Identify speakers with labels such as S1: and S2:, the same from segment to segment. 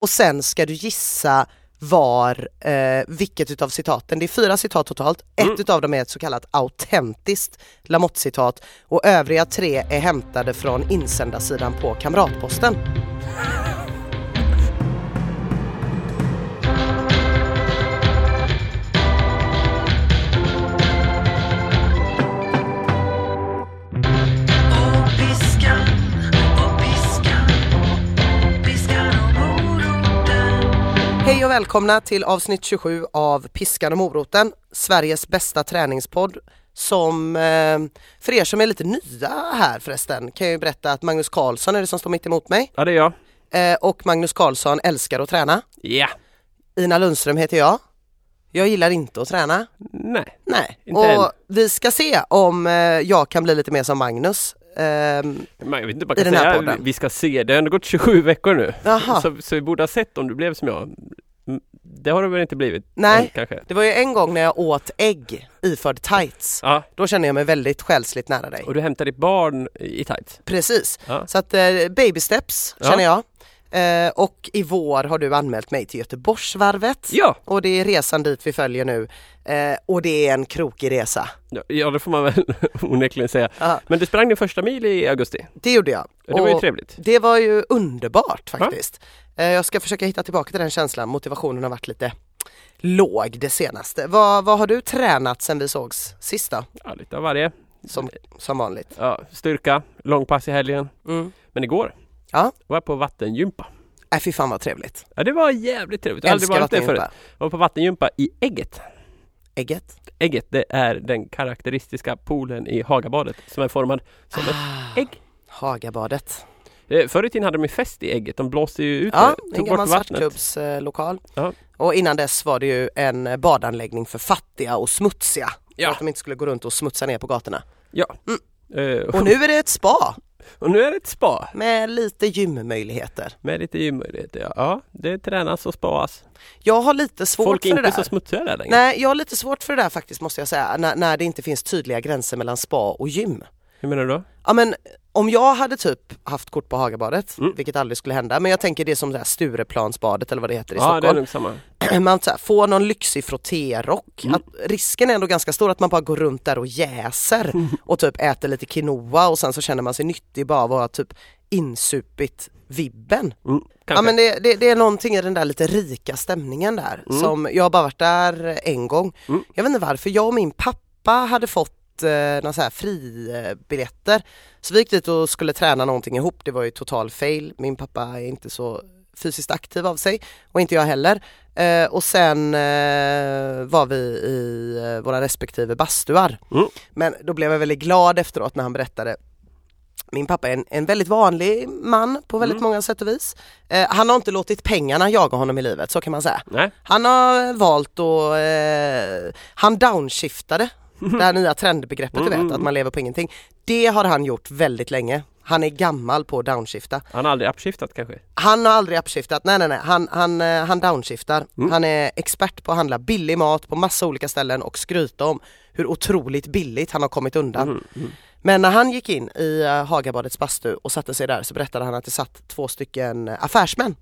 S1: och sen ska du gissa var, eh, vilket utav citaten, det är fyra citat totalt, ett utav dem är ett så kallat autentiskt Lamotte-citat och övriga tre är hämtade från insändarsidan på Kamratposten. Hej och välkomna till avsnitt 27 av Piskan och moroten, Sveriges bästa träningspodd som eh, för er som är lite nya här förresten kan jag ju berätta att Magnus Karlsson är det som står mitt emot mig
S2: Ja, det är jag.
S1: eh, och Magnus Karlsson älskar att träna.
S2: Ja.
S1: Ina Lundström heter jag. Jag gillar inte att träna.
S2: Nej.
S1: Nej,
S2: Inte
S1: och
S2: än.
S1: vi ska se om eh, jag kan bli lite mer som Magnus. Ehm,
S2: Men jag vet inte vad
S1: I
S2: man kan
S1: den här
S2: säga.
S1: podden.
S2: Vi- Vi ska se. Det har ändå gått 27 veckor nu.
S1: Jaha.
S2: Så, så vi borde ha sett om du blev som jag. Mm, Det har du väl inte blivit?
S1: Nej.
S2: Än, kanske.
S1: det var ju en gång när jag åt ägg iförd tights.
S2: Ja.
S1: Då kände jag mig väldigt själsligt nära dig.
S2: Och du hämtar ditt barn i tights?
S1: Precis,
S2: Ja.
S1: så att eh, baby steps
S2: Ja.
S1: känner jag. Eh, och i vår har du anmält mig till Göteborgsvarvet.
S2: Ja!
S1: Och det är resan dit vi följer nu. Eh, och det är en krokig resa.
S2: Ja, Ja, det får man väl onekligen säga.
S1: Ja.
S2: Men du sprang din första mil i augusti.
S1: Det gjorde jag.
S2: Det var ju
S1: Och
S2: trevligt.
S1: Det var ju underbart faktiskt. Eh, jag ska försöka hitta tillbaka till den känslan. Motivationen har varit lite låg det senaste. Vad, vad har du tränat sen vi sågs sist då?
S2: Ja, lite av varje.
S1: Som, som vanligt.
S2: Ja, styrka, långpass i helgen.
S1: Mm.
S2: Men igår
S1: Ja,
S2: var jag på vattengympa.
S1: äh, fy fan vad trevligt.
S2: Ja, det var jävligt trevligt. Jag har aldrig
S1: Älskar
S2: varit det förut.
S1: vattengympa.
S2: Jag var på vattengympa i Ägget.
S1: Ägget.
S2: Ägget, det är den karaktäristiska poolen i Hagabadet som är formad som ett
S1: Ah.
S2: ägg.
S1: Hagabadet.
S2: Eh, Förr i tiden hade de ju fest i ägget, de blåste ju ut
S1: Ja,
S2: det,
S1: en
S2: tog bort
S1: gammal
S2: vattnet.
S1: svartklubbslokal.
S2: Ja.
S1: Och innan dess var det ju en eh, badanläggning för fattiga och smutsiga. För
S2: Ja.
S1: att de inte skulle gå runt och smutsa ner på gatorna.
S2: Ja. Eh,
S1: Mm. Och nu är det ett spa
S2: och nu är det ett spa
S1: med lite gymmöjligheter.
S2: med lite gymmöjligheter. Ja. ja, det tränas och spas.
S1: Jag har lite svårt
S2: Folk är
S1: för det
S2: inte
S1: där.
S2: så smutsiga där längre.
S1: Nej, jag har lite svårt för det där faktiskt måste jag säga, när, när det inte finns tydliga gränser mellan spa och gym.
S2: Hur menar du då?
S1: Ja men om jag hade typ haft kort på Hagabadet,
S2: Mm.
S1: vilket aldrig skulle hända, men jag tänker det är som det här Stureplansbadet eller vad det heter i
S2: Ja, det är
S1: Stockholm.
S2: nog samma. Mm,
S1: Man så här, får någon lyxig frottérock, att risken är ändå ganska stor att man bara går runt där och jäser
S2: Mm.
S1: och typ äter lite quinoa och sen så känner man sig nyttig bara av att ha typ insupit vibben.
S2: Mm,
S1: Ja
S2: kanske.
S1: men det, det, det är någonting i den där lite rika stämningen där som, jag har bara varit där en gång. Jag vet inte varför, jag och min pappa hade fått eh, några så här fribiljetter. Så vi gick dit och skulle träna någonting ihop, det var ju total fail. Min pappa är inte så fysiskt aktiv av sig och inte jag heller. Eh, och sen eh, var vi i eh, våra respektive bastuar.
S2: Mm.
S1: Men då blev jag väldigt glad efteråt när han berättade min pappa är en, en väldigt vanlig man på väldigt många sätt och vis. Eh, han har inte låtit pengarna jaga honom i livet, så kan man säga.
S2: Nej.
S1: Han har valt att, eh, han downshiftade det här nya trendbegreppet du vet, att man lever på ingenting. Det har han gjort väldigt länge. Han är gammal på att downshifta.
S2: Han har aldrig uppskiftat kanske?
S1: Han har aldrig uppskiftat, nej nej nej, han, han, eh, han downshiftar. Han är expert på att handla billig mat på massa olika ställen och skryta om hur otroligt billigt han har kommit undan.
S2: Mm,
S1: Men när han gick in i eh, Hagabadets bastu och satte sig där så berättade han att det satt två stycken eh, affärsmän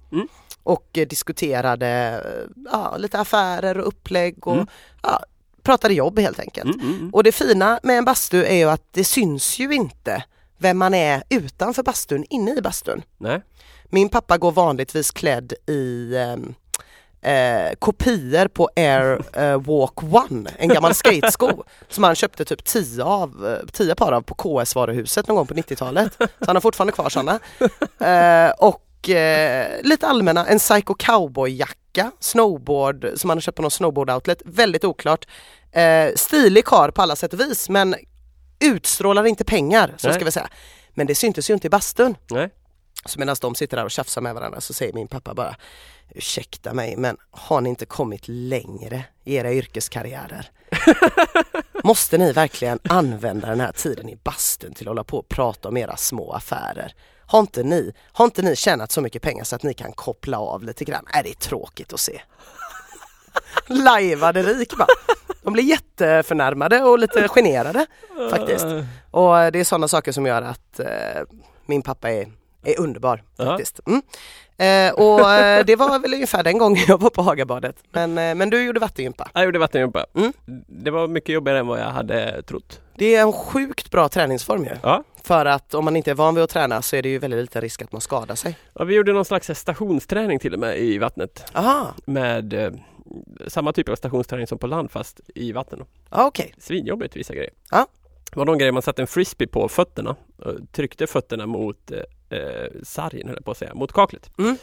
S1: och eh, diskuterade eh, ja, lite affärer och upplägg och ja, pratade jobb helt enkelt.
S2: Mm.
S1: Och det fina med en bastu är ju att det syns ju inte vem man är utanför bastun, inne i bastun.
S2: Nej.
S1: Min pappa går vanligtvis klädd i ehm, eh, kopior på Air eh, Walk One, en gammal skatesko som han köpte typ 10 av, eh, 10 par av på KS-varuhuset någon gång på 90-talet. Så han har fortfarande kvar sådana. Eh, och eh, lite allmänna, en psycho cowboy-jacka, snowboard som han har köpt på någon snowboard-outlet, väldigt oklart. Eh, stilig karl på alla sätt och vis men utstrålar inte pengar, så
S2: Nej.
S1: ska vi säga. Men det syntes ju inte i bastun.
S2: Nej.
S1: Så medan de sitter där och tjafsar med varandra så säger min pappa bara Ursäkta mig men har ni inte kommit längre i era yrkeskarriärer? Måste ni verkligen använda den här tiden i bastun till att hålla på och prata om era små affärer? Har inte ni, har inte ni tjänat så mycket pengar så att ni kan koppla av lite grann? Är det är tråkigt att se? Lajvade rik bara. De blir jätteförnärmade och lite generade faktiskt. Och det är sådana saker som gör att eh, min pappa är är underbar
S2: Ja.
S1: faktiskt. Mm. Eh, och eh, det var väl ungefär den gången jag var på Hagabadet. Men, eh, men du gjorde vattengympa.
S2: Jag gjorde vattengympa.
S1: Mm.
S2: Det var mycket jobbigare än vad jag hade trott.
S1: Det är en sjukt bra träningsform ju.
S2: Ja.
S1: För att om man inte är van vid att träna så är det ju väldigt liten risk att man skadar sig.
S2: Ja, vi gjorde någon slags stationsträning till och med i vattnet
S1: Aha,
S2: med eh, samma typ av stationsträning som på land fast i vatten.
S1: ja, okej.
S2: Svinjobbigt vissa grejer.
S1: Ja.
S2: Det var någon grej man satte en frisbee på fötterna och tryckte fötterna mot eh, eh, sargen höll jag på att säga, mot kaklet.
S1: Mm.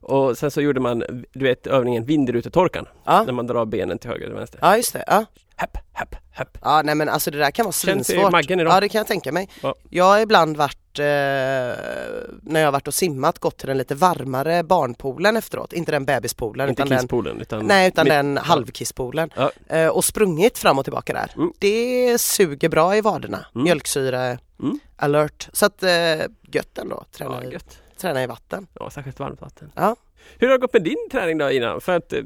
S2: Och sen så gjorde man, du vet övningen vindrutetorkan,
S1: Ja.
S2: när man drar benen till höger eller vänster.
S1: Ja just det. Ja.
S2: Hepp, hepp, hepp.
S1: ja, nej men alltså det där kan vara
S2: Ah. Känns i
S1: svinsvårt.
S2: maggen idag.
S1: Ja det kan jag tänka mig.
S2: Ja.
S1: Jag har ibland varit, eh, när jag har varit och simmat, gått till den lite varmare barnpoolen efteråt. Inte den bebispoolen
S2: Inte
S1: utan den
S2: kisspoolen utan...
S1: Nej utan
S2: mitt-
S1: den halvkisspoolen
S2: Ja.
S1: Eh, och sprungit fram och tillbaka där.
S2: Mm.
S1: Det suger bra i vaderna,
S2: Mm.
S1: mjölksyra
S2: Mm.
S1: alert. Så att eh, gött ändå, träna,
S2: Ja,
S1: i,
S2: gött.
S1: träna i vatten.
S2: Ja, särskilt varmt vatten.
S1: Ja.
S2: Hur har det gått med din träning då innan? För att eh,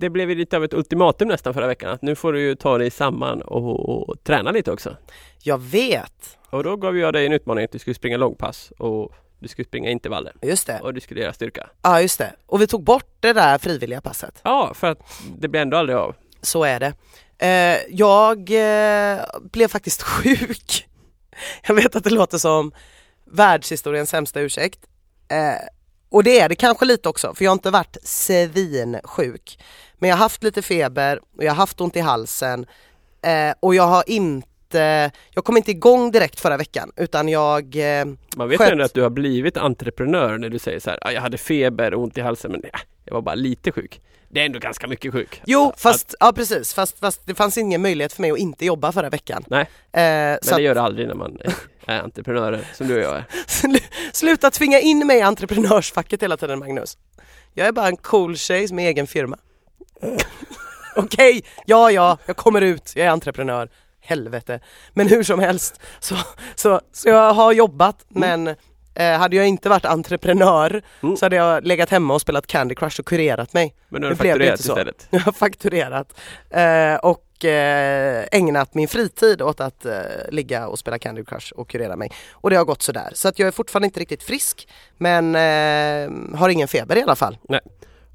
S2: det blev ju lite av ett ultimatum nästan förra veckan att nu får du ju ta dig samman och, och träna lite också.
S1: Jag vet,
S2: Och då gav jag dig en utmaning att du skulle springa långpass och du skulle springa intervaller
S1: just det.
S2: och du skulle göra styrka.
S1: Ja just det. Och vi tog bort det där frivilliga passet.
S2: Ja, för att det blir ändå aldrig av.
S1: Så är det. Eh, jag eh, blev faktiskt sjuk. Jag vet att det låter som världshistoriens sämsta ursäkt. Eh, och det är det kanske lite också, för jag har inte varit svinsjuk. Men jag har haft lite feber och jag har haft ont i halsen. Eh, och jag har inte, jag kom inte igång direkt förra veckan utan jag, eh,
S2: Man vet ju
S1: Skönt.
S2: ändå att du har blivit entreprenör när du säger så här, "Ah, jag hade feber och ont i halsen men ja, jag var bara lite sjuk. Det är ändå ganska mycket sjuk.
S1: jo fast, ja precis, fast, fast det fanns ingen möjlighet för mig att inte jobba förra veckan.
S2: Nej,
S1: Eh, så
S2: men
S1: att-
S2: det gör det aldrig när man eh, är entreprenörer som du och jag är.
S1: Slu- Sluta tvinga in mig i entreprenörsfacket hela tiden Magnus. Jag är bara en cool tjej som har egen firma. Okej, ja ja, jag kommer ut, jag är entreprenör. Helvete. Men hur som helst så, så, så jag har jobbat men eh, hade jag inte varit entreprenör
S2: Mm.
S1: så hade jag legat hemma och spelat Candy Crush och kurerat mig.
S2: Men nu har du
S1: Det blev
S2: fakturerat
S1: inte så.
S2: istället.
S1: Jag har fakturerat eh, och eh, ägnat min fritid åt att eh, ligga och spela Candy Crush och kurera mig. Och det har gått sådär. Så att jag är fortfarande inte riktigt frisk men eh, har ingen feber i alla fall.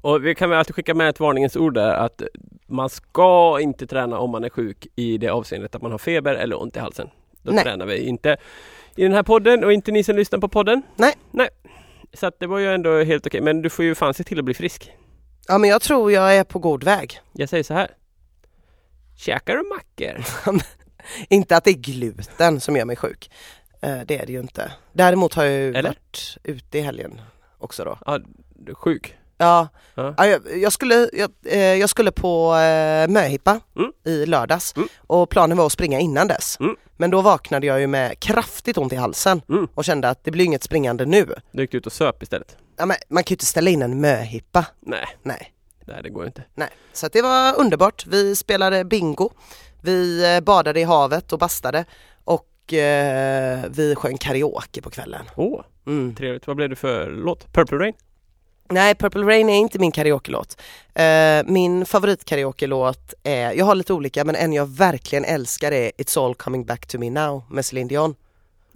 S2: Och vi kan väl alltid skicka med ett varningens ord där att man ska inte träna om man är sjuk i det avseendet att man har feber eller ont i halsen. Då
S1: Nej.
S2: tränar vi inte i den här podden och inte ni som lyssnar på podden.
S1: Nej.
S2: Nej. Så att det var ju ändå helt okej. Men du får ju fan se till att bli frisk.
S1: Ja men jag tror jag är på god väg.
S2: Jag säger så här. Käkar du mackor?
S1: Inte att det är gluten som gör mig sjuk. Eh, det är det ju inte. Däremot har jag ju
S2: Eller?
S1: varit ute i helgen också då.
S2: Du är sjuk.
S1: Ja,
S2: Ja.
S1: ja jag, jag, skulle, jag, eh, jag skulle på eh, möhippa
S2: Mm.
S1: i lördags
S2: Mm.
S1: och planen var att springa innan dess.
S2: Mm.
S1: Men då vaknade jag ju med kraftigt ont i halsen
S2: Mm.
S1: och kände att det blir inget springande nu.
S2: Du gick ut och söp istället.
S1: Ja, men man kan ju inte ställa in en möhippa.
S2: Nej,
S1: Nej,
S2: nej det går ju inte.
S1: nej. Så att det var underbart. Vi spelade bingo, vi eh, badade i havet och bastade och eh, vi sjöng karaoke på kvällen.
S2: Åh,
S1: Mm.
S2: trevligt. Vad blev det för låt? Purple Rain?
S1: Nej, Purple Rain är inte min karaoke-låt. Eh, min favoritkaraoke-låt är, jag har lite olika men en jag verkligen älskar är It's all coming back to me now med Celine Dion.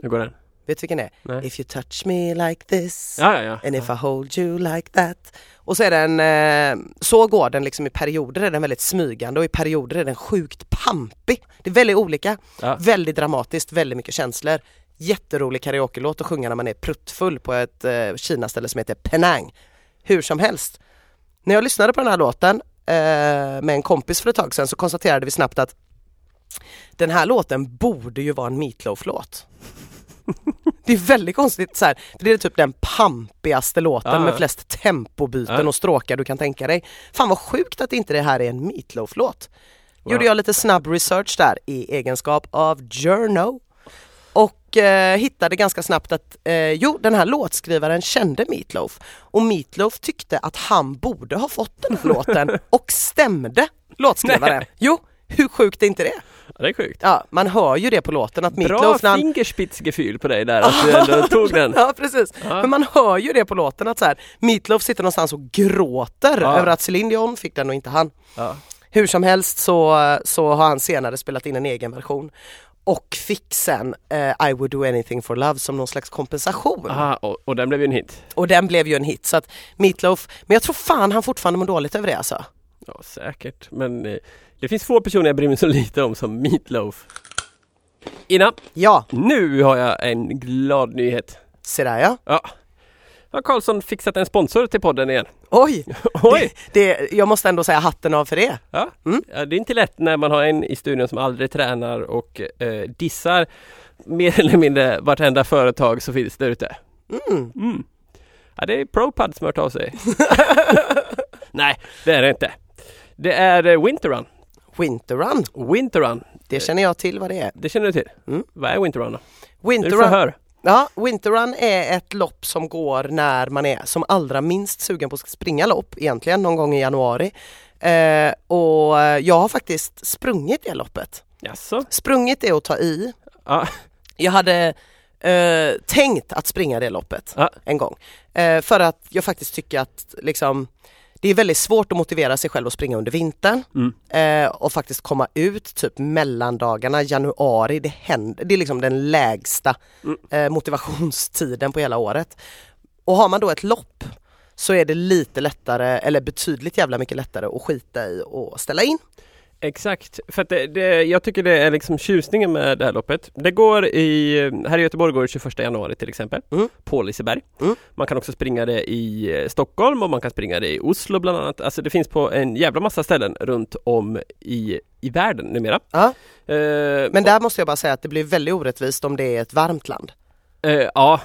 S2: Hur går den?
S1: Vet du vilken det är?
S2: Nej.
S1: If you touch me like this
S2: Ja, ja, ja.
S1: and if I hold you like that. Och så är den, eh, så går den liksom i perioder är den väldigt smygande och i perioder är den sjukt pampig. Det är väldigt olika,
S2: Ja.
S1: väldigt dramatiskt, väldigt mycket känslor. Jätterolig karaoke-låt att sjunga när man är pruttfull på ett eh, Kina-ställe som heter Penang. Hur som helst. När jag lyssnade på den här låten eh, med en kompis för ett tag sedan så konstaterade vi snabbt att den här låten borde ju vara en Meat Loaf-låt. Det är väldigt konstigt så här, för det är typ den pampigaste låten
S2: Ja, ja.
S1: med flest tempobyten
S2: Ja.
S1: och stråkar du kan tänka dig. Fan vad sjukt att inte det här är en Meat Loaf-låt.
S2: Wow.
S1: Gjorde jag lite snabb research där i egenskap av journo och eh, hittade ganska snabbt att eh, jo, den här låtskrivaren kände Meat Loaf och Meat Loaf tyckte att han borde ha fått den här låten och stämde låtskrivaren. Jo, hur sjukt är inte det?
S2: ja det är sjukt.
S1: Ja, man hör ju det på låten att Meat
S2: Bra
S1: Loaf när han
S2: fingerspitzgefühl på dig där att du ändå tog den.
S1: Ja precis, men man hör ju det på låten att så här, Meatloaf sitter någonstans och gråter
S2: Ja.
S1: över att Celine Dion fick den och inte han.
S2: Ja.
S1: Hur som helst så, så har han senare spelat in en egen version. och fick sen eh, I would do anything for love som någon slags kompensation.
S2: Aha, och, och den blev ju en hit.
S1: Och den blev ju en hit så att Meatloaf, men jag tror fan han fortfarande mår dåligt över det alltså.
S2: Ja, säkert. Men eh, det finns få personer jag bryr mig så lite om som Meat Loaf. Ina,
S1: Ja,
S2: nu har jag en glad nyhet.
S1: se där ja.
S2: Ja. Har Karlsson fixat en sponsor till podden igen?
S1: Oj!
S2: Oj!
S1: Det, det, jag måste ändå säga hatten av för det.
S2: Ja.
S1: Mm.
S2: Ja, det är inte lätt när man har en i studion som aldrig tränar och eh, dissar mer eller mindre vartenda företag som finns där ute.
S1: Mm.
S2: Mm. Ja, det är ProPad som har hört av sig. Nej, det är det inte. Det är eh, Winterrun.
S1: Winterrun,
S2: Winterrun,
S1: det känner jag till vad det är.
S2: Eh. det känner du till?
S1: Mm.
S2: Vad är Winterrun då? Nu får jag
S1: Winterrun,
S2: höra.
S1: ja, Winterrun är ett lopp som går när man är som allra minst sugen på att springa lopp egentligen någon gång i januari. Eh, och jag har faktiskt sprungit det loppet.
S2: Jaså?
S1: Sprungit är att ta i.
S2: Ja.
S1: Jag hade eh, tänkt att springa det loppet
S2: Ja.
S1: en gång. Eh, för att jag faktiskt tycker att liksom, det är väldigt svårt att motivera sig själv att springa under vintern
S2: Mm.
S1: eh, och faktiskt komma ut typ mellandagarna, januari, det, händer, det är liksom den lägsta
S2: Mm.
S1: eh, motivationstiden på hela året. Och har man då ett lopp så är det lite lättare, eller betydligt jävla mycket lättare att skita i och ställa in.
S2: Exakt, för att det, det, jag tycker det är liksom tjusningen med det här loppet. Det går i, här i Göteborg går det 21 januari till exempel,
S1: Mm.
S2: på Liseberg.
S1: Mm.
S2: Man kan också springa det i eh, Stockholm och man kan springa det i Oslo bland annat. Alltså det finns på en jävla massa ställen runt om i, i världen numera.
S1: Ja.
S2: Eh,
S1: Men där måste jag bara säga att det blir väldigt orättvist om det är ett varmt land.
S2: eh, ja,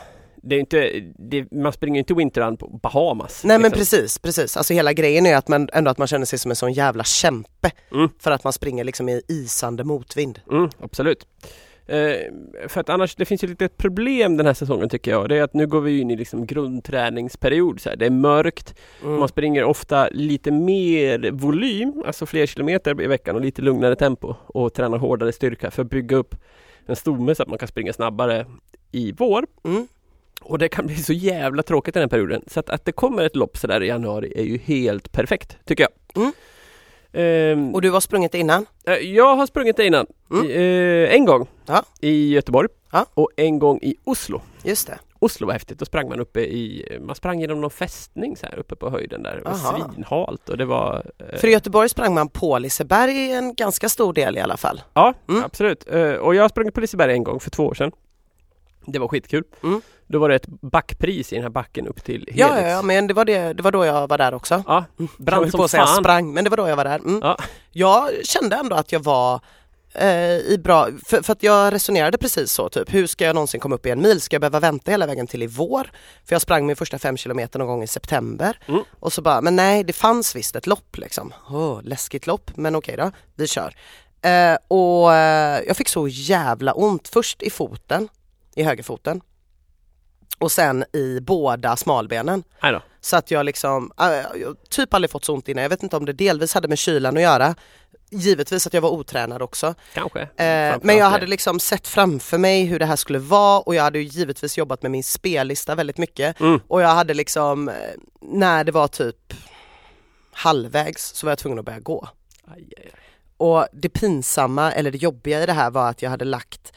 S2: det är inte, det, man springer ju inte Winterrun på Bahamas.
S1: Nej men
S2: liksom.
S1: precis, precis. Alltså hela grejen är att man, ändå att man känner sig som en sån jävla kämpe
S2: Mm.
S1: för att man springer liksom i isande motvind.
S2: Mm, absolut. Eh, för att annars, det finns ju lite ett problem den här säsongen tycker jag. Det är att nu går vi in i liksom grundträningsperiod. Så här. Det är mörkt,
S1: Mm.
S2: man springer ofta lite mer volym, alltså fler kilometer i veckan och lite lugnare tempo och tränar hårdare styrka för att bygga upp en stomme så att man kan springa snabbare i vår.
S1: Mm.
S2: Och det kan bli så jävla tråkigt den här perioden. Så att, att det kommer ett lopp sådär i januari är ju helt perfekt, tycker jag.
S1: Mm.
S2: Ehm,
S1: Och du har sprungit det innan?
S2: Eh, Jag har sprungit det innan.
S1: Mm.
S2: I, eh, en gång
S1: Ja.
S2: i Göteborg
S1: Ja.
S2: och en gång i Oslo.
S1: Just det.
S2: Oslo var häftigt, då sprang man uppe i, man sprang genom någon fästning så här uppe på höjden där. Det var
S1: Aha.
S2: svinhalt och det var eh,
S1: För i Göteborg sprang man på Liseberg en ganska stor del i alla fall.
S2: Ja,
S1: Mm.
S2: absolut. Eh, Och jag har sprungit på Liseberg en gång för två år sedan. Det var skitkul.
S1: Mm.
S2: Då var det ett backpris i den här backen upp till Helix.
S1: Ja, ja, ja, men det var, det, det var då jag var där också.
S2: Ja,
S1: Jag
S2: brann
S1: höll på
S2: som
S1: att säga
S2: fan.
S1: sprang, men det var då jag var där. Mm.
S2: Ja.
S1: Jag kände ändå att jag var eh, i bra, för, för att jag resonerade precis så typ, hur ska jag någonsin komma upp i en mil? Ska jag behöva vänta hela vägen till i vår? För jag sprang min första fem kilometer någon gång i september
S2: Mm.
S1: och så bara, men nej det fanns visst ett lopp liksom. Åh, läskigt lopp, men okej då, vi kör. Eh, och eh, jag fick så jävla ont, först i foten, i högerfoten och sen i båda smalbenen.
S2: Nej då.
S1: Så att jag liksom, äh, jag har typ aldrig fått så ont innan. Jag vet inte om det delvis hade med kylan att göra. Givetvis att jag var otränad också.
S2: Kanske.
S1: Eh,
S2: Framförallt
S1: men jag
S2: det.
S1: hade liksom sett framför mig hur det här skulle vara och jag hade ju givetvis jobbat med min spellista väldigt mycket.
S2: Mm.
S1: Och jag hade liksom, eh, när det var typ halvvägs så var jag tvungen att börja gå.
S2: Aj, aj, aj.
S1: Och det pinsamma eller det jobbiga i det här var att jag hade lagt,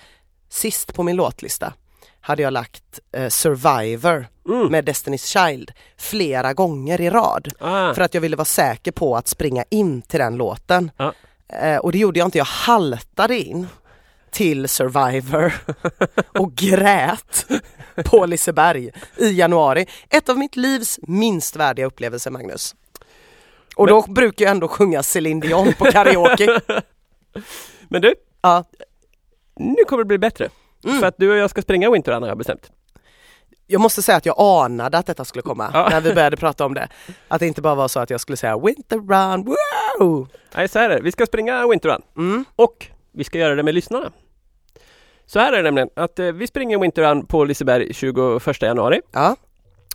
S1: sist på min låtlista, hade jag lagt eh, Survivor
S2: Mm.
S1: med Destiny's Child flera gånger i rad.
S2: Ah.
S1: För att jag ville vara säker på att springa in till den låten.
S2: Ja.
S1: Eh, och det gjorde jag inte, jag haltade in till Survivor och grät på Liseberg i januari. Ett av mitt livs minst värdiga upplevelser Magnus. Och
S2: Men-
S1: då brukar jag ändå sjunga Céline Dion på karaoke.
S2: Men du,
S1: ja.
S2: nu kommer det bli bättre.
S1: Mm.
S2: För att du och jag ska springa Winterrun har jag bestämt.
S1: Jag måste säga att jag anade att detta skulle komma
S2: Ja.
S1: när vi började prata om det. Att det inte bara var så att jag skulle säga Winter Run, wow!
S2: Nej, så här är det. Vi ska springa Winterrun
S1: Mm.
S2: och vi ska göra det med lyssnarna. Så här är det nämligen att eh, vi springer Winterrun på Liseberg 21 januari
S1: Ja,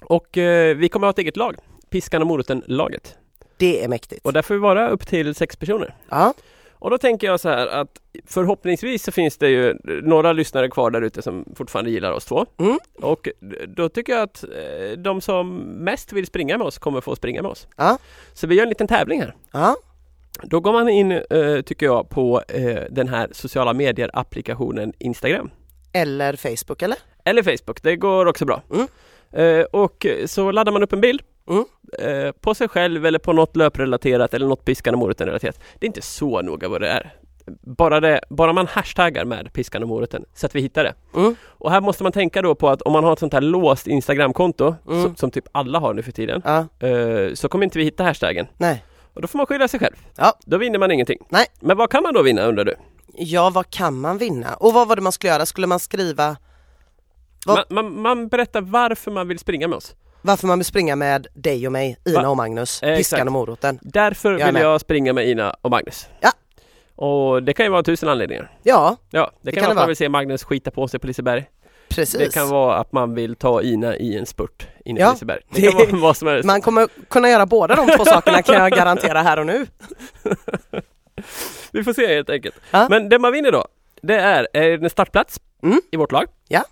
S2: och eh, vi kommer ha ett eget lag. Piskan och moroten-laget.
S1: det är mäktigt.
S2: Och där får vi vara upp till sex personer.
S1: Ja.
S2: Och då tänker jag så här att förhoppningsvis så finns det ju några lyssnare kvar där ute som fortfarande gillar oss två.
S1: Mm.
S2: Och då tycker jag att eh, de som mest vill springa med oss kommer få springa med oss.
S1: Ja.
S2: Så vi gör en liten tävling här.
S1: Ja,
S2: Då går man in, eh, tycker jag, på eh, den här sociala medier-applikationen Instagram.
S1: Eller Facebook eller?
S2: Eller Facebook, det går också bra.
S1: Mm.
S2: Eh, och så laddar man upp en bild
S1: Mm.
S2: eh, på sig själv eller på något löprelaterat eller något piskan och moroten-relaterat. Det är inte så noga vad det är. Bara, det, bara man hashtaggar med piskan och moroten så att vi hittar det.
S1: Mm.
S2: Och här måste man tänka då på att om man har ett sånt här låst Instagram-konto
S1: Mm.
S2: som, som typ alla har nu för tiden
S1: Ja,
S2: eh, så kommer inte vi hitta hashtaggen.
S1: nej.
S2: Och då får man skylla sig själv.
S1: Ja.
S2: Då vinner man ingenting.
S1: Nej.
S2: Men vad kan man då vinna undrar du?
S1: Ja, vad kan man vinna? Och vad var det man skulle göra? Skulle man skriva
S2: Man,
S1: Vad-
S2: man, man berättar varför man vill springa med oss.
S1: varför man vill springa med dig och mig, Ina
S2: Va?
S1: och Magnus,
S2: Eh, exakt.
S1: piskan och moroten?
S2: Därför
S1: Jag är
S2: vill
S1: med.
S2: jag springa med Ina och Magnus.
S1: Ja.
S2: Och det kan ju vara tusen anledningar.
S1: Ja,
S2: Ja, det,
S1: kan det
S2: kan, vara att man
S1: vara.
S2: vill se Magnus skita på sig på Liseberg.
S1: precis.
S2: Det kan vara att man vill ta Ina i en spurt inne
S1: Ja.
S2: på Liseberg. Det kan vara vad som helst.
S1: Man kommer kunna göra båda de två sakerna kan jag garantera här och nu.
S2: Vi får se helt enkelt.
S1: Ja.
S2: Men det man vinner då, det är eh, en startplats
S1: Mm.
S2: i vårt lag.
S1: Ja.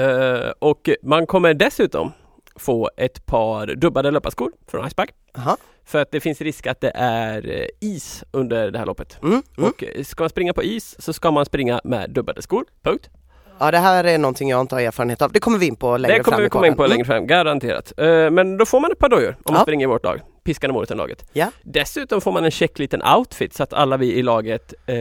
S2: Eh, och man kommer dessutom få ett par dubbade löparskor från Icepack.
S1: Jaha.
S2: För att det finns risk att det är eh, is under det här loppet.
S1: Mm, mm.
S2: Och eh, ska man springa på is så ska man springa med dubbade skor. Punkt.
S1: Ja, det här är någonting jag inte har erfarenhet av. Det kommer vi in på längre
S2: det kommer
S1: fram i
S2: vi komma in på
S1: podden.
S2: längre fram, garanterat. Eh, Men då får man ett par dojor om man
S1: Ja.
S2: springer i vårt lag. Piskan och moroten-laget.
S1: Ja.
S2: Dessutom får man en check liten outfit så att alla vi i laget eh,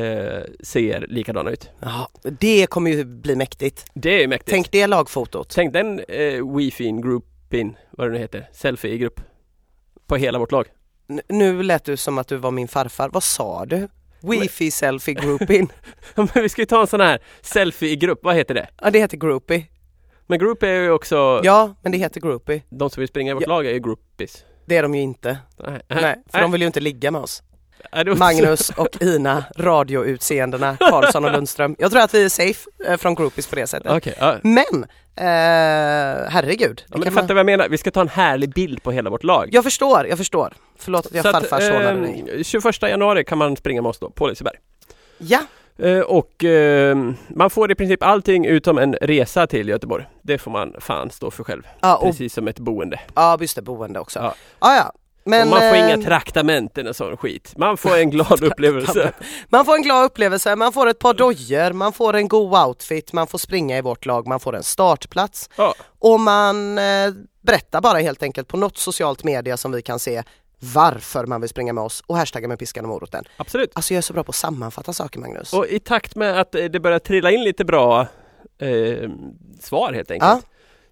S2: ser likadana ut.
S1: Mm. Ja, det kommer ju bli mäktigt.
S2: Det är mäktigt.
S1: Tänk det lagfotot.
S2: Tänk den eh, wifi-in, groupin, vad det nu heter, selfie i grupp. På hela vårt lag.
S1: N- Nu lät du som att du var min farfar. Vad sa du? Wifi selfie grouping.
S2: Ja, Men vi ska ju ta en sån här selfie i grupp, vad heter det?
S1: Ja, det heter groupie.
S2: Men group är ju också,
S1: Ja, men det heter groupie.
S2: de som vill springa i vårt
S1: Ja.
S2: lag är ju groupies.
S1: Det är de ju inte.
S2: Nej,
S1: Nej, för de vill ju inte ligga med oss.
S2: Nej, det var-
S1: Magnus och Ina, radioutseendena, Karlsson och Lundström. Jag tror att vi är safe eh, från groupies på det sättet.
S2: Okej, ja.
S1: Men, eh, herregud. det
S2: Ja, men du
S1: kan
S2: fattar
S1: man...
S2: vad jag menar, vi ska ta en härlig bild på hela vårt lag.
S1: Jag förstår, jag förstår. Förlåt att jag farfarsonade dig.
S2: eh, 21 januari kan man springa med oss då, på Liseberg.
S1: Ja,
S2: Eh, och eh, man får i princip allting utom en resa till Göteborg. Det får man fan stå för själv,
S1: ja, och,
S2: precis som ett boende.
S1: ja just det, boende också.
S2: Ja.
S1: Ja, ja. Men,
S2: och man får
S1: eh,
S2: inga traktamenten och sån skit. Man får en glad upplevelse.
S1: Man får en glad upplevelse, man får ett par dojor, man får en god outfit, man får springa i vårt lag, man får en startplats
S2: Ja.
S1: och man eh, berättar bara helt enkelt på något socialt media som vi kan se varför man vill springa med oss och hashtagga med piskan och moroten.
S2: Absolut.
S1: Alltså jag är så bra på att sammanfatta saker Magnus.
S2: Och i takt med att eh, det börjar trilla in lite bra eh, svar helt enkelt.
S1: Ja.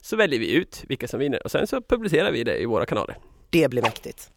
S2: Så väljer vi ut vilka som vinner och sen så publicerar vi det i våra kanaler.
S1: Det blir mäktigt.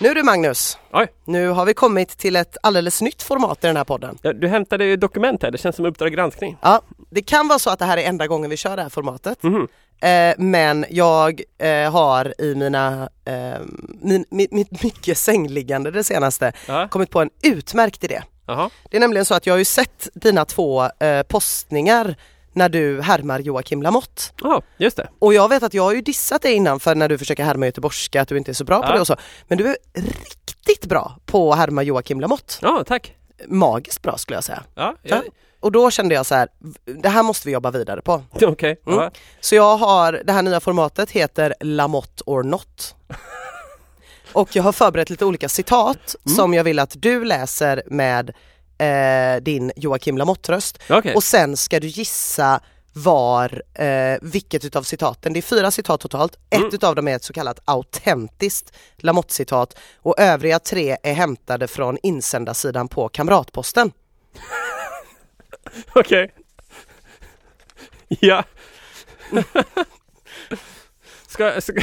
S1: Nu du Magnus,
S2: Oj.
S1: nu har vi kommit till ett alldeles nytt format i den här podden.
S2: Ja, Du hämtade ju dokument här, det känns som Uppdrag granskning.
S1: Ja, det kan vara så att det här är enda gången vi kör det här formatet.
S2: Mhm.
S1: Eh, men jag eh, har i mina, eh, min, mitt, mitt mycket sängliggande det senaste
S2: Ja.
S1: kommit på en utmärkt idé.
S2: Jaha.
S1: Det är nämligen så att jag har ju sett dina två eh, postningar när du härmar Joakim Lamotte.
S2: Ja, just det.
S1: Och jag vet att jag har ju dissat dig innan för när du försöker härma göteborgska att du inte är så bra på
S2: Ja.
S1: det och så. Men du är riktigt bra på att härma Joakim Lamotte.
S2: Ja, tack.
S1: Magiskt bra skulle jag säga.
S2: Ja, ja.
S1: Ja. Och då kände jag så här, det här måste vi jobba vidare på.
S2: Okej.
S1: Mm.
S2: Ja.
S1: Så jag har, det här nya formatet heter Lamotte or not. Och jag har förberett lite olika citat som jag vill att du läser med eh, din Joakim Lamotte-röst.
S2: Okej.
S1: Och sen ska du gissa var, eh, vilket utav citaten, det är fyra citat totalt, ett
S2: Mm.
S1: utav dem är ett så kallat autentiskt Lamotte-citat och övriga tre är hämtade från insändarsidan på Kamratposten.
S2: Okej. Ja. ska, ska...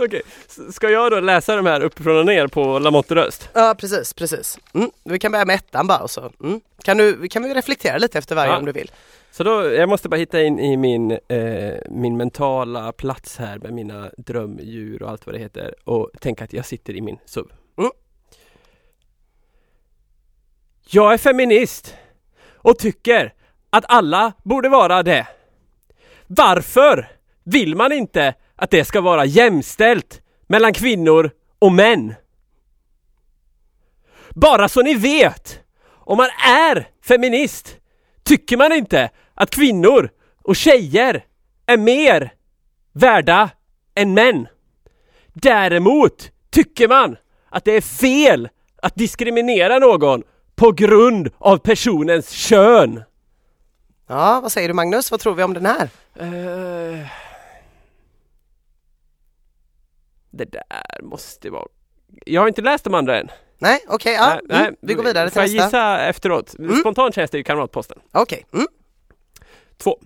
S2: Okej, S- ska jag då läsa de här uppifrån och ner på Lamotte-röst?
S1: Ja precis, precis. Mm. Vi kan börja med ettan bara och så. Mm. Kan, du, kan vi reflektera lite efter varje
S2: Ja.
S1: om du vill.
S2: Så då, jag måste bara hitta in i min, eh, min mentala plats här med mina drömdjur och allt vad det heter och tänka att jag sitter i min SUV.
S1: Mm.
S2: Jag är feminist och tycker att alla borde vara det. Varför vill man inte att det ska vara jämställt mellan kvinnor och män? Bara så ni vet, om man är feminist tycker man inte att kvinnor och tjejer är mer värda än män. Däremot Tycker man att det är fel att diskriminera någon på grund av personens kön?
S1: Ja, vad säger du Magnus? Vad tror vi om den här?
S2: Eh, Det där måste vara... Jag har inte läst de andra än.
S1: Nej, okej, ja,
S2: Eh, Nej,
S1: mm, vi går vidare till
S2: Får jag
S1: nästa. Mm.
S2: gissa efteråt? Spontant känns det ju Kamratposten.
S1: Okej, mm.
S2: Två.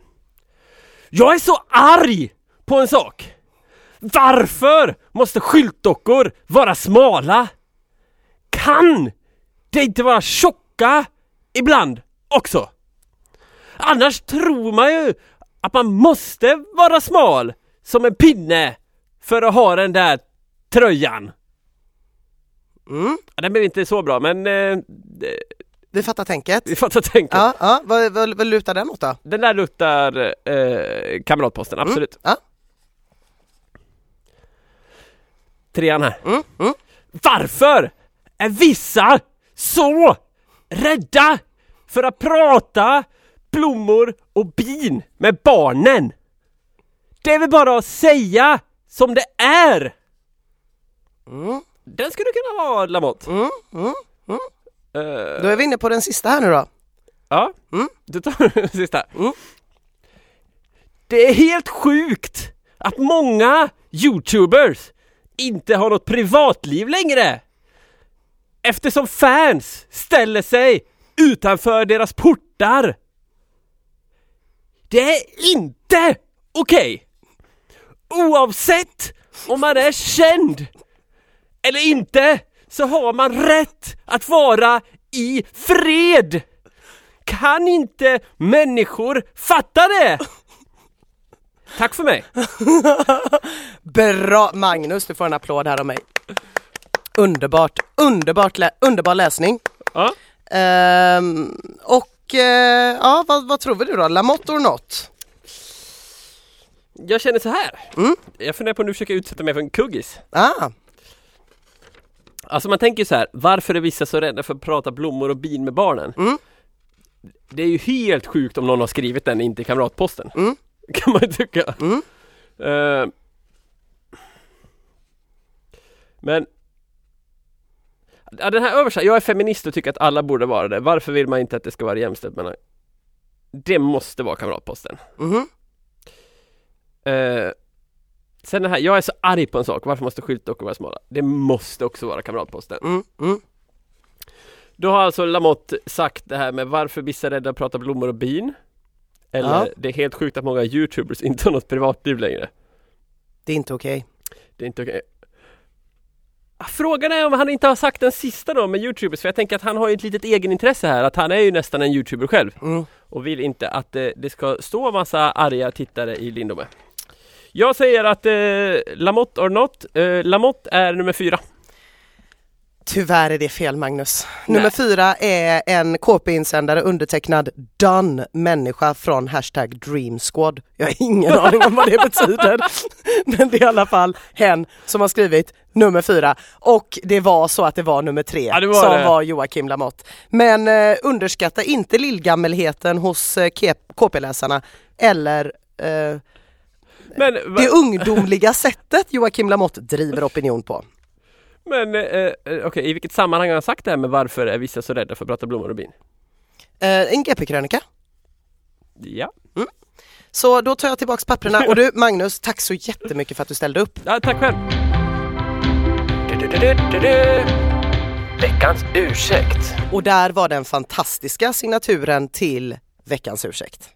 S2: Jag är så arg på en sak! Varför måste skyltdockor vara smala? Kan det inte vara tjocka ibland också? Annars tror man ju att man måste vara smal som en pinne för att ha den där tröjan.
S1: Mm.
S2: Ja, Den blev inte så bra men eh,
S1: vi fattar tänket.
S2: vi fattar tänket.
S1: Ja, ja. Vad, vad, vad lutar den åt då?
S2: Den där luktar eh, Kamratposten,
S1: Mm.
S2: absolut.
S1: Ja.
S2: Trean här.
S1: Mm, mm.
S2: Varför är vissa så rädda för att prata blommor och bin med barnen? Det är väl bara att säga som det är!
S1: Mm,
S2: Den skulle kunna vara Lamotte.
S1: mm, mm.
S2: Eh,
S1: Då är vi inne på den sista här nu då.
S2: Ja,
S1: Mm.
S2: du tar den sista.
S1: Mm.
S2: Det är helt sjukt att många youtubers inte har något privatliv längre! Eftersom fans ställer sig utanför deras portar! Det är inte okej! Oavsett om man är känd eller inte så har man rätt att vara i fred! Kan inte människor fatta det? Tack för mig!
S1: Bra Magnus, du får en applåd här av mig. Underbart, underbart, lä- underbar läsning.
S2: Ja.
S1: Ehm, och eh, ja, vad, vad tror vi du då? Lamotte or not?
S2: Jag känner så här.
S1: Mm.
S2: Jag funderar på att nu försöka utsätta mig för en kuggis.
S1: Ah,
S2: Alltså man tänker så här, varför är vissa så rädda för att prata blommor och bin med barnen?
S1: Mm.
S2: Det är ju helt sjukt om någon har skrivit den inte i Kamratposten.
S1: Mm.
S2: Kan man ju tycka.
S1: Mm.
S2: Eh, men ja, den här översättningen, jag är feminist och tycker att alla borde vara det. Varför vill man inte att det ska vara jämställt mellan Det måste vara Kamratposten.
S1: mhm.
S2: Eh, sen det här, jag är så arg på en sak, varför måste skyltdockor vara smala? Det måste också vara Kamratposten.
S1: mm, mm.
S2: Då har alltså Lamotte sagt det här med varför vissa är rädda pratar blommor och bin. Eller
S1: Ja.
S2: det är helt sjukt att många youtubers inte har något privatliv längre.
S1: Det är inte okej.
S2: Det är inte okej. Ah, Frågan är om han inte har sagt den sista då med youtubers, för jag tänker att han har ju ett litet egenintresse här, att han är ju nästan en youtuber själv.
S1: Mm.
S2: Och vill inte att eh, det ska stå massa arga tittare i Lindome. Jag säger att eh, Lamotte or not, eh, Lamotte är nummer fyra.
S1: Tyvärr är det fel Magnus.
S2: Nej.
S1: Nummer fyra är en KP-insändare undertecknad Done människa från hashtag Dream Squad. Jag har ingen aning om vad det betyder. Men det är i alla fall hen som har skrivit nummer fyra. Och det var så att det var nummer tre
S2: Ja, det var
S1: som
S2: det.
S1: var Joakim Lamotte. Men eh, underskatta inte lillgammelheten hos eh, K- KP-läsarna eller eh,
S2: Men,
S1: det ungdomliga sättet Joakim Lamotte driver opinion på.
S2: men eh, eh, okej, i vilket sammanhang har han sagt det här med varför är vissa så rädda för att prata blommor och bin?
S1: Eh, en GP-krönika.
S2: Ja.
S1: Så då tar jag tillbaks papperna och du Magnus, tack så jättemycket för att du ställde upp.
S2: ja, tack själv. Veckans ursäkt.
S1: Och där var den fantastiska signaturen till veckans ursäkt.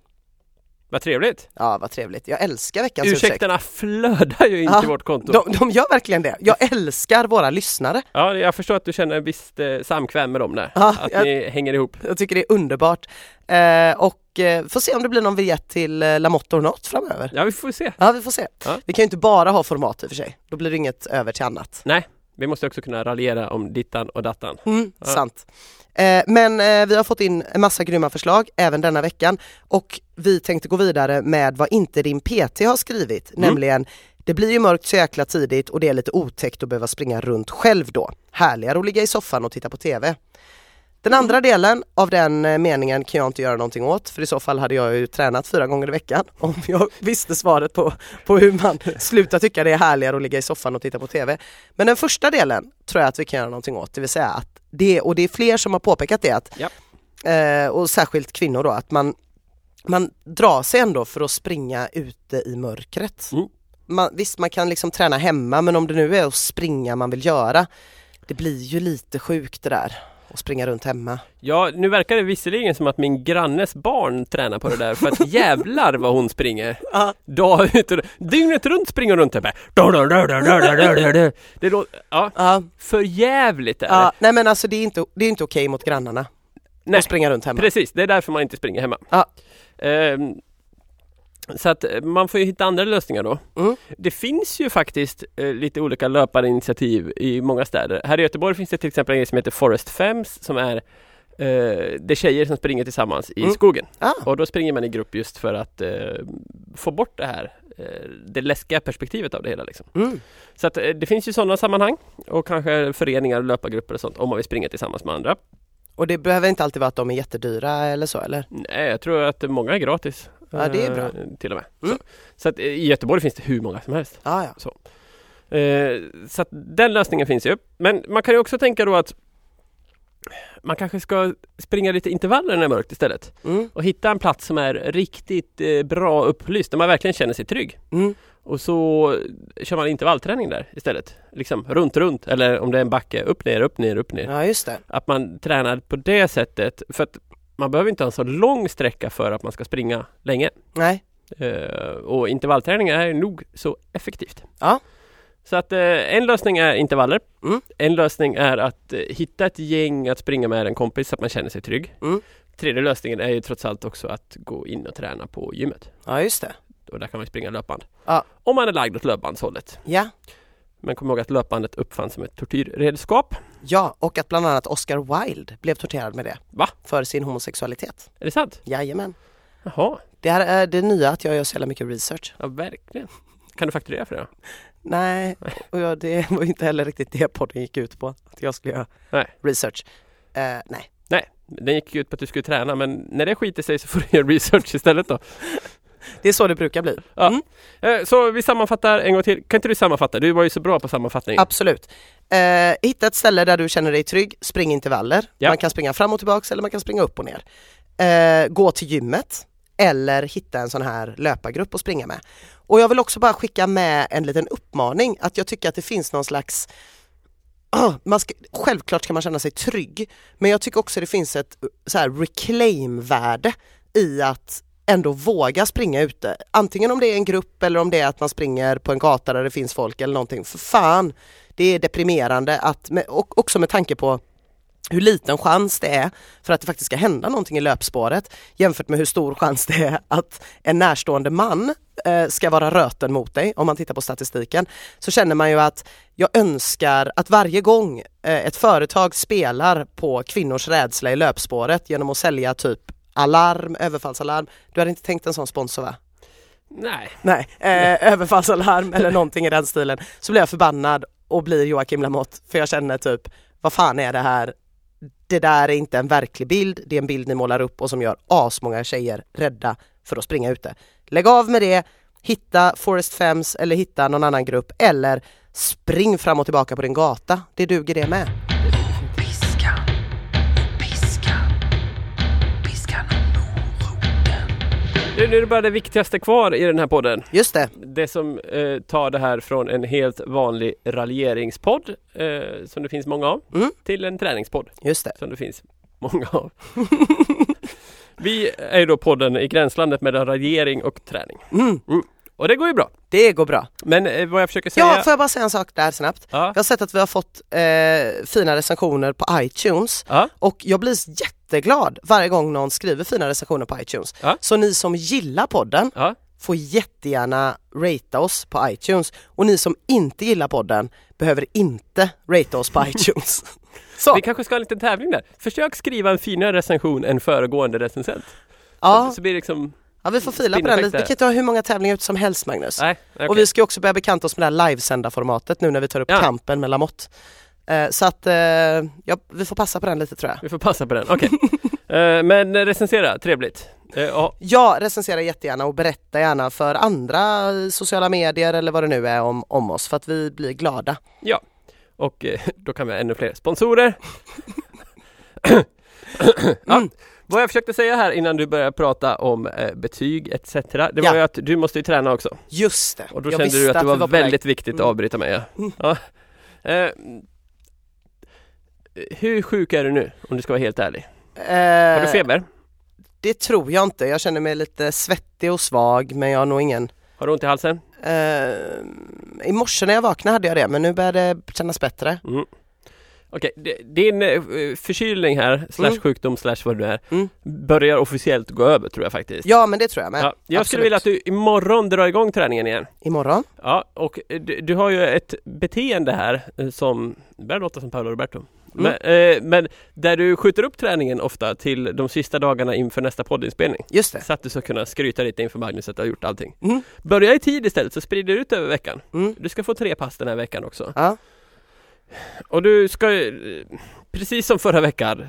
S2: Vad trevligt.
S1: Ja, vad trevligt. Jag älskar veckans ursäkt.
S2: Ursäkterna flödar ju in
S1: Ja,
S2: till vårt konto.
S1: De, de gör verkligen det. Jag älskar våra lyssnare.
S2: Ja, jag förstår att du känner en viss eh, samkväm med dem där.
S1: Ja,
S2: att
S1: jag-
S2: ni hänger ihop.
S1: Jag tycker det är underbart. Eh, och eh, får se om det blir någon vignett till eh, Lamotte or not framöver.
S2: Ja, vi får se.
S1: Ja, vi får se.
S2: Ja.
S1: Vi kan ju inte bara ha format i och för sig. Då blir det inget över till annat.
S2: Nej, vi måste också kunna raljera om dittan och dattan.
S1: Mm, Sant. Eh, men eh, vi har fått in en massa grymma förslag även denna veckan och vi tänkte gå vidare med vad inte din PT har skrivit, nämligen det blir ju mörkt så jäkla tidigt och det är lite otäckt att behöva springa runt själv då. Härligare att ligga i soffan och titta på TV. Den andra delen av den eh, meningen kan jag inte göra någonting åt för i så fall hade jag ju tränat fyra gånger i veckan om jag visste svaret på, på hur man slutar tycka det är härligare att ligga i soffan och titta på TV. Men den första delen tror jag att vi kan göra någonting åt, det vill säga att det, och det är fler som har påpekat det, att,
S2: Ja.
S1: eh, och särskilt kvinnor då, att man, man drar sig ändå för att springa ute i mörkret.
S2: Mm.
S1: Man, visst, man kan liksom träna hemma men om det nu är att springa man vill göra, det blir ju lite sjukt det där att springa runt hemma.
S2: Ja, nu verkar det visserligen som att min grannes barn tränar på det där för att jävlar vad hon springer!
S1: Ja.
S2: Dag ut och dygnet runt springer hon runt här bara. "Dor, dor, dor, dor, dor, dor, dor, dor, dor." Det låter, ja,
S1: Ja,
S2: för jävligt är det!
S1: ja, nej men alltså det är inte, det är inte okej mot grannarna
S2: Nej.
S1: att springa runt hemma.
S2: Precis, det är därför man inte springer hemma.
S1: Ja.
S2: Ehm, så att eh, man får ju hitta andra lösningar då.
S1: Mm.
S2: Det finns ju faktiskt eh, lite olika löparinitiativ i många städer. Här i Göteborg finns det till exempel en grej som heter Forest Fems som är eh, det är tjejer som springer tillsammans i
S1: Mm.
S2: skogen.
S1: Ja.
S2: Och då springer man i grupp just för att eh, få bort det här eh, det läskiga perspektivet av det hela. Liksom.
S1: Mm.
S2: Så att, eh, det finns ju sådana sammanhang och kanske föreningar, löpargrupper och sånt om man vill springa tillsammans med andra.
S1: Och det behöver inte alltid vara att de är jättedyra eller så eller?
S2: Nej, jag tror att många är gratis.
S1: Ja, det är bra.
S2: Eh, Till och med.
S1: Mm.
S2: Så, så att eh, i Göteborg finns det hur många som helst.
S1: Ja, Ah, ja.
S2: Eh, så att den lösningen finns ju. Men man kan ju också tänka då att man kanske ska springa lite intervaller när det är mörkt istället.
S1: Mm.
S2: Och hitta en plats som är riktigt eh, bra upplyst, där man verkligen känner sig trygg.
S1: Mm.
S2: Och så kör man intervallträning där istället. Liksom runt, runt. Eller om det är en backe, upp, ner, upp, ner, upp, ner.
S1: ja just det.
S2: Att man tränar på det sättet. För att man behöver inte ha en så lång sträcka för att man ska springa länge.
S1: Nej.
S2: Eh, och intervallträning är nog så effektivt.
S1: Ja.
S2: Så att eh, en lösning är intervaller.
S1: Mm.
S2: En lösning är att eh, hitta ett gäng att springa med en kompis så att man känner sig trygg.
S1: Mm.
S2: Tredje lösningen är ju trots allt också att gå in och träna på gymmet.
S1: Ja just det.
S2: Och där kan man ju springa löpband.
S1: Ja.
S2: Om man är lagd åt löpbandshållet.
S1: Ja.
S2: Men kom ihåg att löpbandet uppfanns som ett tortyrredskap.
S1: Ja, och att bland annat Oscar Wilde blev torterad med det.
S2: Va?
S1: För sin homosexualitet.
S2: Är det sant?
S1: Jajamän.
S2: Jaha,
S1: Det här är det nya att jag gör så jävla mycket research.
S2: ja verkligen. Kan du fakturera för det?
S1: Nej, och jag, det var ju inte heller riktigt det podden gick ut på. Att jag skulle göra
S2: Nej.
S1: research. Eh, nej.
S2: Nej, den gick ju ut på att du skulle träna men när det skiter sig så får du göra research istället då.
S1: Det är så det brukar bli.
S2: Ja. Eh, Så vi sammanfattar en gång till. Kan inte du sammanfatta? Du var ju så bra på sammanfattning.
S1: Absolut. Eh, hitta ett ställe där du känner dig trygg, spring intervaller.
S2: Ja.
S1: Man kan springa fram och tillbaks eller man kan springa upp och ner. Eh, gå till gymmet eller hitta en sån här löpargrupp att springa med. Och jag vill också bara skicka med en liten uppmaning att jag tycker att det finns någon slags Ah, man ska, självklart ska man känna sig trygg men jag tycker också det finns ett uh, så här reclaim-värde i att ändå våga springa ute. Antingen om det är en grupp eller om det är att man springer på en gata där det finns folk eller någonting. För fan, det är deprimerande att, med- och också med tanke på hur liten chans det är för att det faktiskt ska hända någonting i löpspåret jämfört med hur stor chans det är att en närstående man eh, ska vara röten mot dig om man tittar på statistiken så känner man ju att jag önskar att varje gång eh, ett företag spelar på kvinnors rädsla i löpspåret genom att sälja typ alarm, överfallsalarm. Du hade inte tänkt en sån sponsor va?
S2: Nej.
S1: Nej, eh, överfallsalarm eller någonting i den stilen. Så blir jag förbannad och blir Joakim Lamotte för jag känner typ, vad fan är det här? Det där är inte en verklig bild, det är en bild ni målar upp och som gör asmånga tjejer rädda för att springa ute. Lägg av med det, hitta Forest Fems eller hitta någon annan grupp eller spring fram och tillbaka på din gata. Det duger det med.
S3: Piska, piska, piska någon moroten.
S2: Nu nu är det bara det viktigaste kvar i den här podden.
S1: Just det,
S2: Det som eh, tar det här från en helt vanlig raljeringspodd, eh, som det finns många av,
S1: Mm.
S2: till en träningspodd,
S1: just det.
S2: som det finns många av. Vi är ju då podden i gränslandet mellan raljering och träning.
S1: Mm,
S2: Och det går ju bra.
S1: det går bra.
S2: Men eh, vad jag försöker säga...
S1: Ja, får jag bara säga en sak där snabbt?
S2: Ja.
S1: Jag har sett att vi har fått eh, fina recensioner på iTunes
S2: Ja.
S1: och jag blir jätteglad varje gång någon skriver fina recensioner på iTunes.
S2: Ja.
S1: Så ni som gillar podden
S2: Ja.
S1: får jättegärna ratea oss på iTunes och ni som inte gillar podden behöver inte ratea oss på iTunes. Så,
S2: Vi kanske ska ha en liten tävling där. Försök skriva en finare recension än föregående recensent.
S1: ja,
S2: Så blir det liksom...
S1: ja, vi får fila på den lite. Vi kan inte ha hur många tävlingar ute som helst Magnus.
S2: Nej, okej.
S1: Och vi ska ju också börja bekanta oss med det här livesända formatet nu när vi tar upp
S2: Ja.
S1: kampen med Lamotte. Eh, så att eh, ja, vi får passa på den lite tror jag.
S2: Vi får passa på den, okej. Eh, men recensera, trevligt. Eh, ja.
S1: Ja, recensera jättegärna och berätta gärna för andra sociala medier eller vad det nu är om, om oss för att vi blir glada.
S2: ja, och eh, då kan vi ha ännu fler sponsorer. ja. Vad jag försökte säga här innan du började prata om eh, betyg etc. Det var
S1: Ja.
S2: ju att du måste ju träna också.
S1: Just det.
S2: Och då
S1: Jag
S2: kände du
S1: visste
S2: att det
S1: vi
S2: var,
S1: på väg.
S2: väldigt viktigt att
S1: Mm.
S2: avbryta mig. Ja. Ja. Eh, hur sjuk är du nu om du ska vara helt ärlig? Har du
S1: Eh,
S2: feber?
S1: det tror jag inte. Jag känner mig lite svettig och svag men jag har nog ingen
S2: Har du ont i halsen?
S1: eh, I morse när jag vaknade hade jag det men nu börjar det kännas bättre.
S2: Okej, d- din eh, förkylning här, slash
S1: Mm.
S2: sjukdom, slash vad du är,
S1: Mm.
S2: börjar officiellt gå över tror jag faktiskt.
S1: Ja men det tror jag med.
S2: Ja, jag skulle vilja att du imorgon drar igång träningen igen.
S1: Imorgon?
S2: Ja, och eh, du, du har ju ett beteende här eh, som det börjar låta som Paolo Roberto.
S1: Mm.
S2: Men, eh, men där du skjuter upp träningen ofta till de sista dagarna inför nästa poddinspelning.
S1: Just det.
S2: Så att du ska kunna skryta lite inför Magnus att du har gjort allting.
S1: Mm.
S2: Börja i tid istället så sprider du ut över veckan.
S1: Mm.
S2: Du ska få tre pass den här veckan också.
S1: Ja.
S2: Och du ska ju, eh, precis som förra veckan,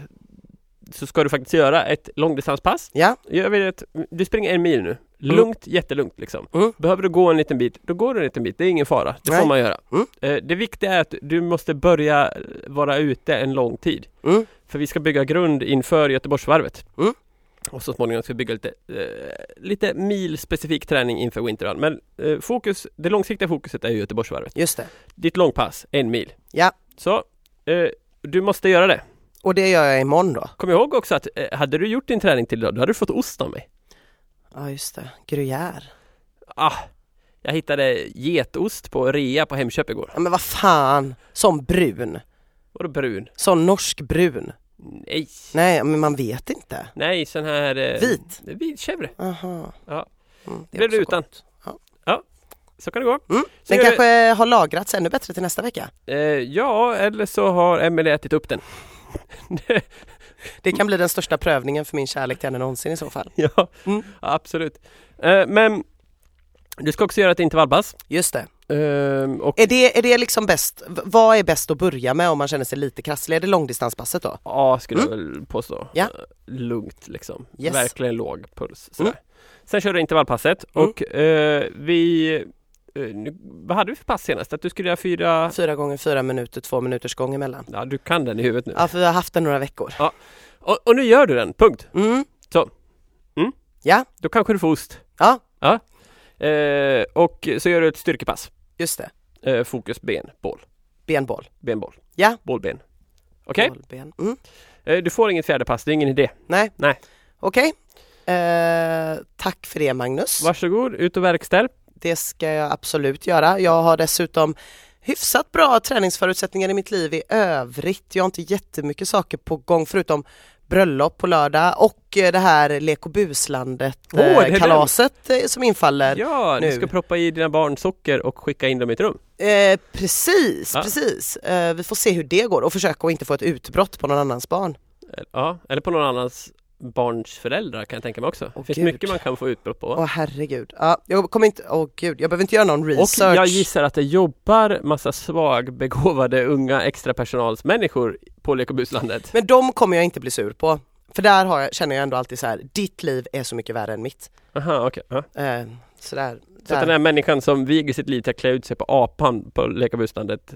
S2: så ska du faktiskt göra ett långdistanspass.
S1: Ja.
S2: Gör vi det, du springer en mil nu. Lugnt, jättelugnt liksom.
S1: Mm.
S2: Behöver du gå en liten bit, då går du en liten bit. Det är ingen fara. Det
S1: Nej.
S2: får man göra.
S1: Mm.
S2: Eh, Det viktiga är att du måste börja eh, vara ute en lång tid.
S1: Mm.
S2: För vi ska bygga grund inför Göteborgsvarvet.
S1: Mm.
S2: Och så småningom ska vi bygga lite, eh, lite milspecifik träning inför Winterrun. Men eh, fokus, det långsiktiga fokuset är ju Göteborgsvarvet.
S1: Just det.
S2: Ditt långpass, en mil.
S1: Ja.
S2: Så, eh, du måste göra det.
S1: Och det gör jag imorgon då.
S2: Kom ihåg också att eh, hade du gjort din träning till idag, då hade du fått ost av mig.
S1: Ja just det. Gruyère.
S2: Ah, jag hittade getost på rea på Hemköp igår.
S1: Ja men vad fan. Sån brun.
S2: Vadå brun?
S1: Sån norsk brun.
S2: Nej,
S1: Nej men man vet inte.
S2: nej, sån här... Eh,
S1: Vit?
S2: Vitkävre.
S1: Aha.
S2: Ja.
S1: Mm,
S2: Blir
S1: också
S2: du utan?
S1: gott. Ja.
S2: Så kan det gå.
S1: Mm.
S2: Så
S1: Den
S2: gör
S1: kanske har lagrats ännu bättre till nästa vecka.
S2: Eh, ja, eller så har Emelie ätit upp den.
S1: Det
S2: Mm.
S1: kan bli den största prövningen för min kärlek till henne någonsin i så fall.
S2: ja,
S1: Mm.
S2: absolut. Eh, men du ska också göra ett intervallpass.
S1: Just det.
S2: Eh, och,
S1: Är det, är det liksom bäst, v- vad är bäst att börja med om man känner sig lite krasslig? Är det långdistanspasset då?
S2: ja, skulle
S1: Mm.
S2: jag väl påstå.
S1: Ja.
S2: Eh, Lugnt liksom.
S1: Yes.
S2: Verkligen låg puls. Sådär.
S1: Mm.
S2: Sen kör du intervallpasset
S1: Mm.
S2: och eh, vi... eh, nu, vad hade vi för pass senast? Att du skulle göra fyra...
S1: Fyra gånger fyra minuter, två minuters gång emellan.
S2: Ja, du kan den i huvudet nu.
S1: Ja för vi har haft den några veckor.
S2: Och, och nu gör du den, punkt.
S1: Mm.
S2: Då kanske du får ost.
S1: Ja,
S2: Eh, och så gör du ett styrkepass.
S1: just det.
S2: Eh, fokus, ben, bål.
S1: Benboll.
S2: Benboll.
S1: Ja.
S2: Bålben. Okej,
S1: Bollben. Mm.
S2: Eh, du får inget fjärde pass, det är ingen idé.
S1: Nej.
S2: Nej.
S1: Okej. Eh, tack för det Magnus.
S2: Varsågod, ut och verkställ.
S1: Det ska jag absolut göra. Jag har dessutom hyfsat bra träningsförutsättningar i mitt liv i övrigt. Jag har inte jättemycket saker på gång förutom bröllop på lördag och eh, det här Lek och
S2: Åh, är det den?
S1: buslandet-kalaset eh, som infaller.
S2: Ja,
S1: nu.
S2: du ska proppa i dina barn socker och skicka in dem i ett rum.
S1: Eh, precis,
S2: Ja.
S1: precis. Eh, vi får se hur det går och försöka att inte få ett utbrott på någon annans barn.
S2: Eh, Ja, eller på någon annans barns föräldrar kan jag tänka mig också.
S1: Åh,
S2: det finns
S1: gud.
S2: mycket man kan få utbrott på.
S1: Åh herregud. Ja, jag kommer inte, åh gud, jag behöver inte göra någon
S2: Och
S1: research.
S2: jag gissar att det jobbar massa svagbegåvade unga extrapersonalsmänniskor på Lek och buslandet.
S1: Men de kommer jag inte bli sur på. För där har jag, känner jag ändå alltid så här, ditt liv är så mycket värre än mitt.
S2: Aha, okej. ja.
S1: Eh, sådär.
S2: Så att den här människan som viger sitt liv till att klä ut sig på apan på Lek och buslandet.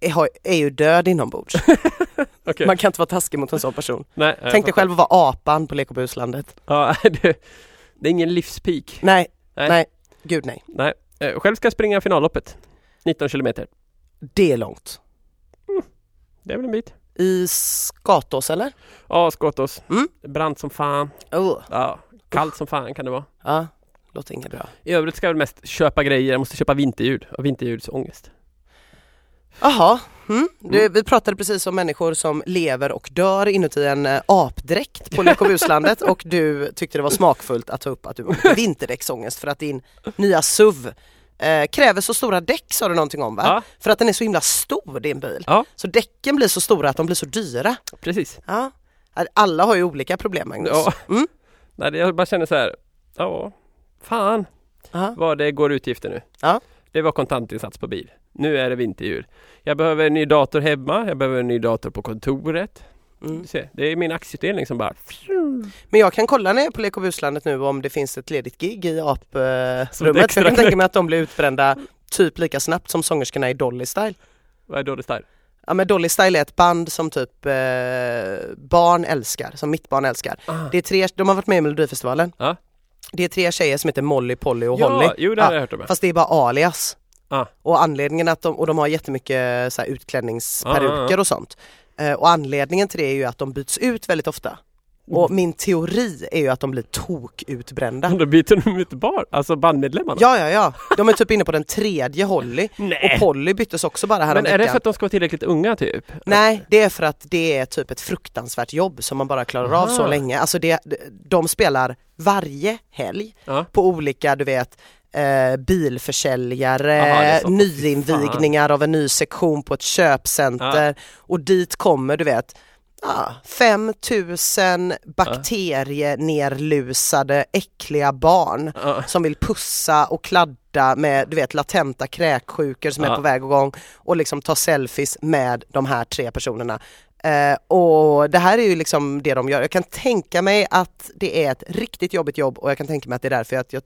S1: är, har- är ju död inombords.
S2: Okej.
S1: Man kan inte vara taskig mot en sån person.
S2: Nej, jag
S1: Tänk dig
S2: fattar.
S1: själv att vara apan på Lek och buslandet.
S2: Ja, det, det är ingen livspik.
S1: Nej, nej,
S2: Nej.
S1: gud nej.
S2: Nej. Eh, Själv ska jag springa finalloppet. 19 kilometer.
S1: Det är långt.
S2: Det är väl en bit.
S1: I Skatås eller?
S2: Ja, Skåtås.
S1: Mm.
S2: Brant som fan.
S1: Oh.
S2: Ja, kallt som fan kan det vara.
S1: Ja, låter inget bra.
S2: I övrigt ska jag väl mest köpa grejer. Jag måste köpa vinterljud. Och vinterljudsångest.
S1: Jaha, mm. du, vi pratade precis om människor som lever och dör inuti en eh, apdräkt på Lek och buslandet och du tyckte det var smakfullt att ta upp att du har vinterdäcksångest för att din nya SUV eh, kräver så stora däck sa du någonting om va?
S2: Ja.
S1: För att den är så himla stor din bil.
S2: Ja.
S1: Så däcken blir så stora att de blir så dyra.
S2: Precis.
S1: Ja. Alla har ju olika problem Magnus.
S2: Ja.
S1: Mm.
S2: Nej, det- jag bara känner så här. Ja, fan
S1: Ja.
S2: vad det går utgifter nu.
S1: Ja.
S2: Det var kontantinsats på bil. Nu är det vinterdjur. Jag behöver en ny dator hemma, jag behöver en ny dator på kontoret.
S1: Mm.
S2: Du ser, det är min aktieutdelning som bara...
S1: Men jag kan kolla ner på Lek och buslandet nu om det finns ett ledigt gig i
S2: Som ett
S1: aprummet.
S2: extra
S1: Jag kan tänka
S2: knäck.
S1: mig att de blir utbrända typ lika snabbt som sångerskorna i Dolly Style.
S2: Vad är dåligt där?
S1: Ja men Dolly Style är ett band som typ eh, barn älskar, som mitt barn älskar.
S2: Ah.
S1: Det är tre, de har varit med i Melodifestivalen.
S2: Ja.
S1: Det är tre tjejer som heter Molly, Polly och Holly.
S2: Ja, jo det har jag hört om.
S1: Ah, Fast det är bara alias.
S2: Ah.
S1: Och anledningen att de, och de har jättemycket så här, utklädningsperuker
S2: Ah, ah,
S1: och sånt. Eh, och anledningen till det är ju att de byts ut väldigt ofta. Och min teori är ju att de blir tokutbrända.
S2: Då byter de ut bar, alltså bandmedlemmarna?
S1: Ja, ja, ja. De är typ inne på den tredje Holly.
S2: Nej.
S1: Och Polly byttes också bara
S2: Äh. Men är
S1: häromveckan.
S2: det för att de ska vara tillräckligt unga typ?
S1: Nej, det är för att det är typ ett fruktansvärt jobb som man bara klarar av så
S2: Aha.
S1: länge. Alltså det, de spelar varje helg
S2: Ja.
S1: på olika, du vet, eh, bilförsäljare,
S2: Aha, det är så.
S1: nyinvigningar av en ny sektion på ett köpcenter och dit kommer, du vet, Ah, 5000 bakterienerlusade äckliga barn
S2: Ja.
S1: som vill pussa och kladda med du vet latenta kräksjukor som är
S2: Ja.
S1: på väg och gång och liksom ta selfies med de här tre personerna. Eh, och det här är ju liksom det de gör. Jag kan tänka mig att det är ett riktigt jobbigt jobb och jag kan tänka mig att det är därför att jag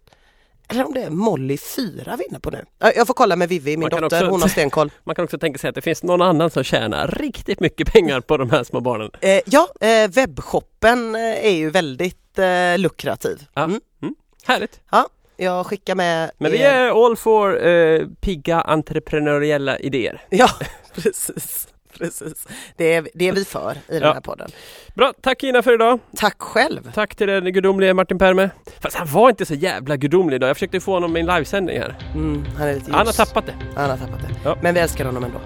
S1: eller om det är Molly 4 vi är inne på nu. Eh, Jag får kolla med Vivi, min
S2: Man kan
S1: dotter,
S2: också-
S1: hon har stenkoll.
S2: Man kan också tänka sig att det finns någon annan som tjänar riktigt mycket pengar på de här små barnen.
S1: Eh, ja, eh, webbshoppen eh, är ju väldigt eh, lukrativ.
S2: Ja.
S1: Mm.
S2: Mm. Härligt!
S1: Ja, jag skickar med
S2: Men vi
S1: er-
S2: är all for eh, pigga entreprenöriella idéer.
S1: Ja, precis. precis. Det, är, det är vi för i den
S2: Ja.
S1: här podden.
S2: Bra, tack Ina för idag.
S1: Tack själv.
S2: Tack till den gudomlige Martin Perme. Fast han var inte så jävla gudomlig idag. Jag försökte ju få honom i en livesändning här.
S1: Mm, han är lite ljus.
S2: Han har tappat det.
S1: Han har tappat det.
S2: Ja.
S1: Men vi älskar honom ändå.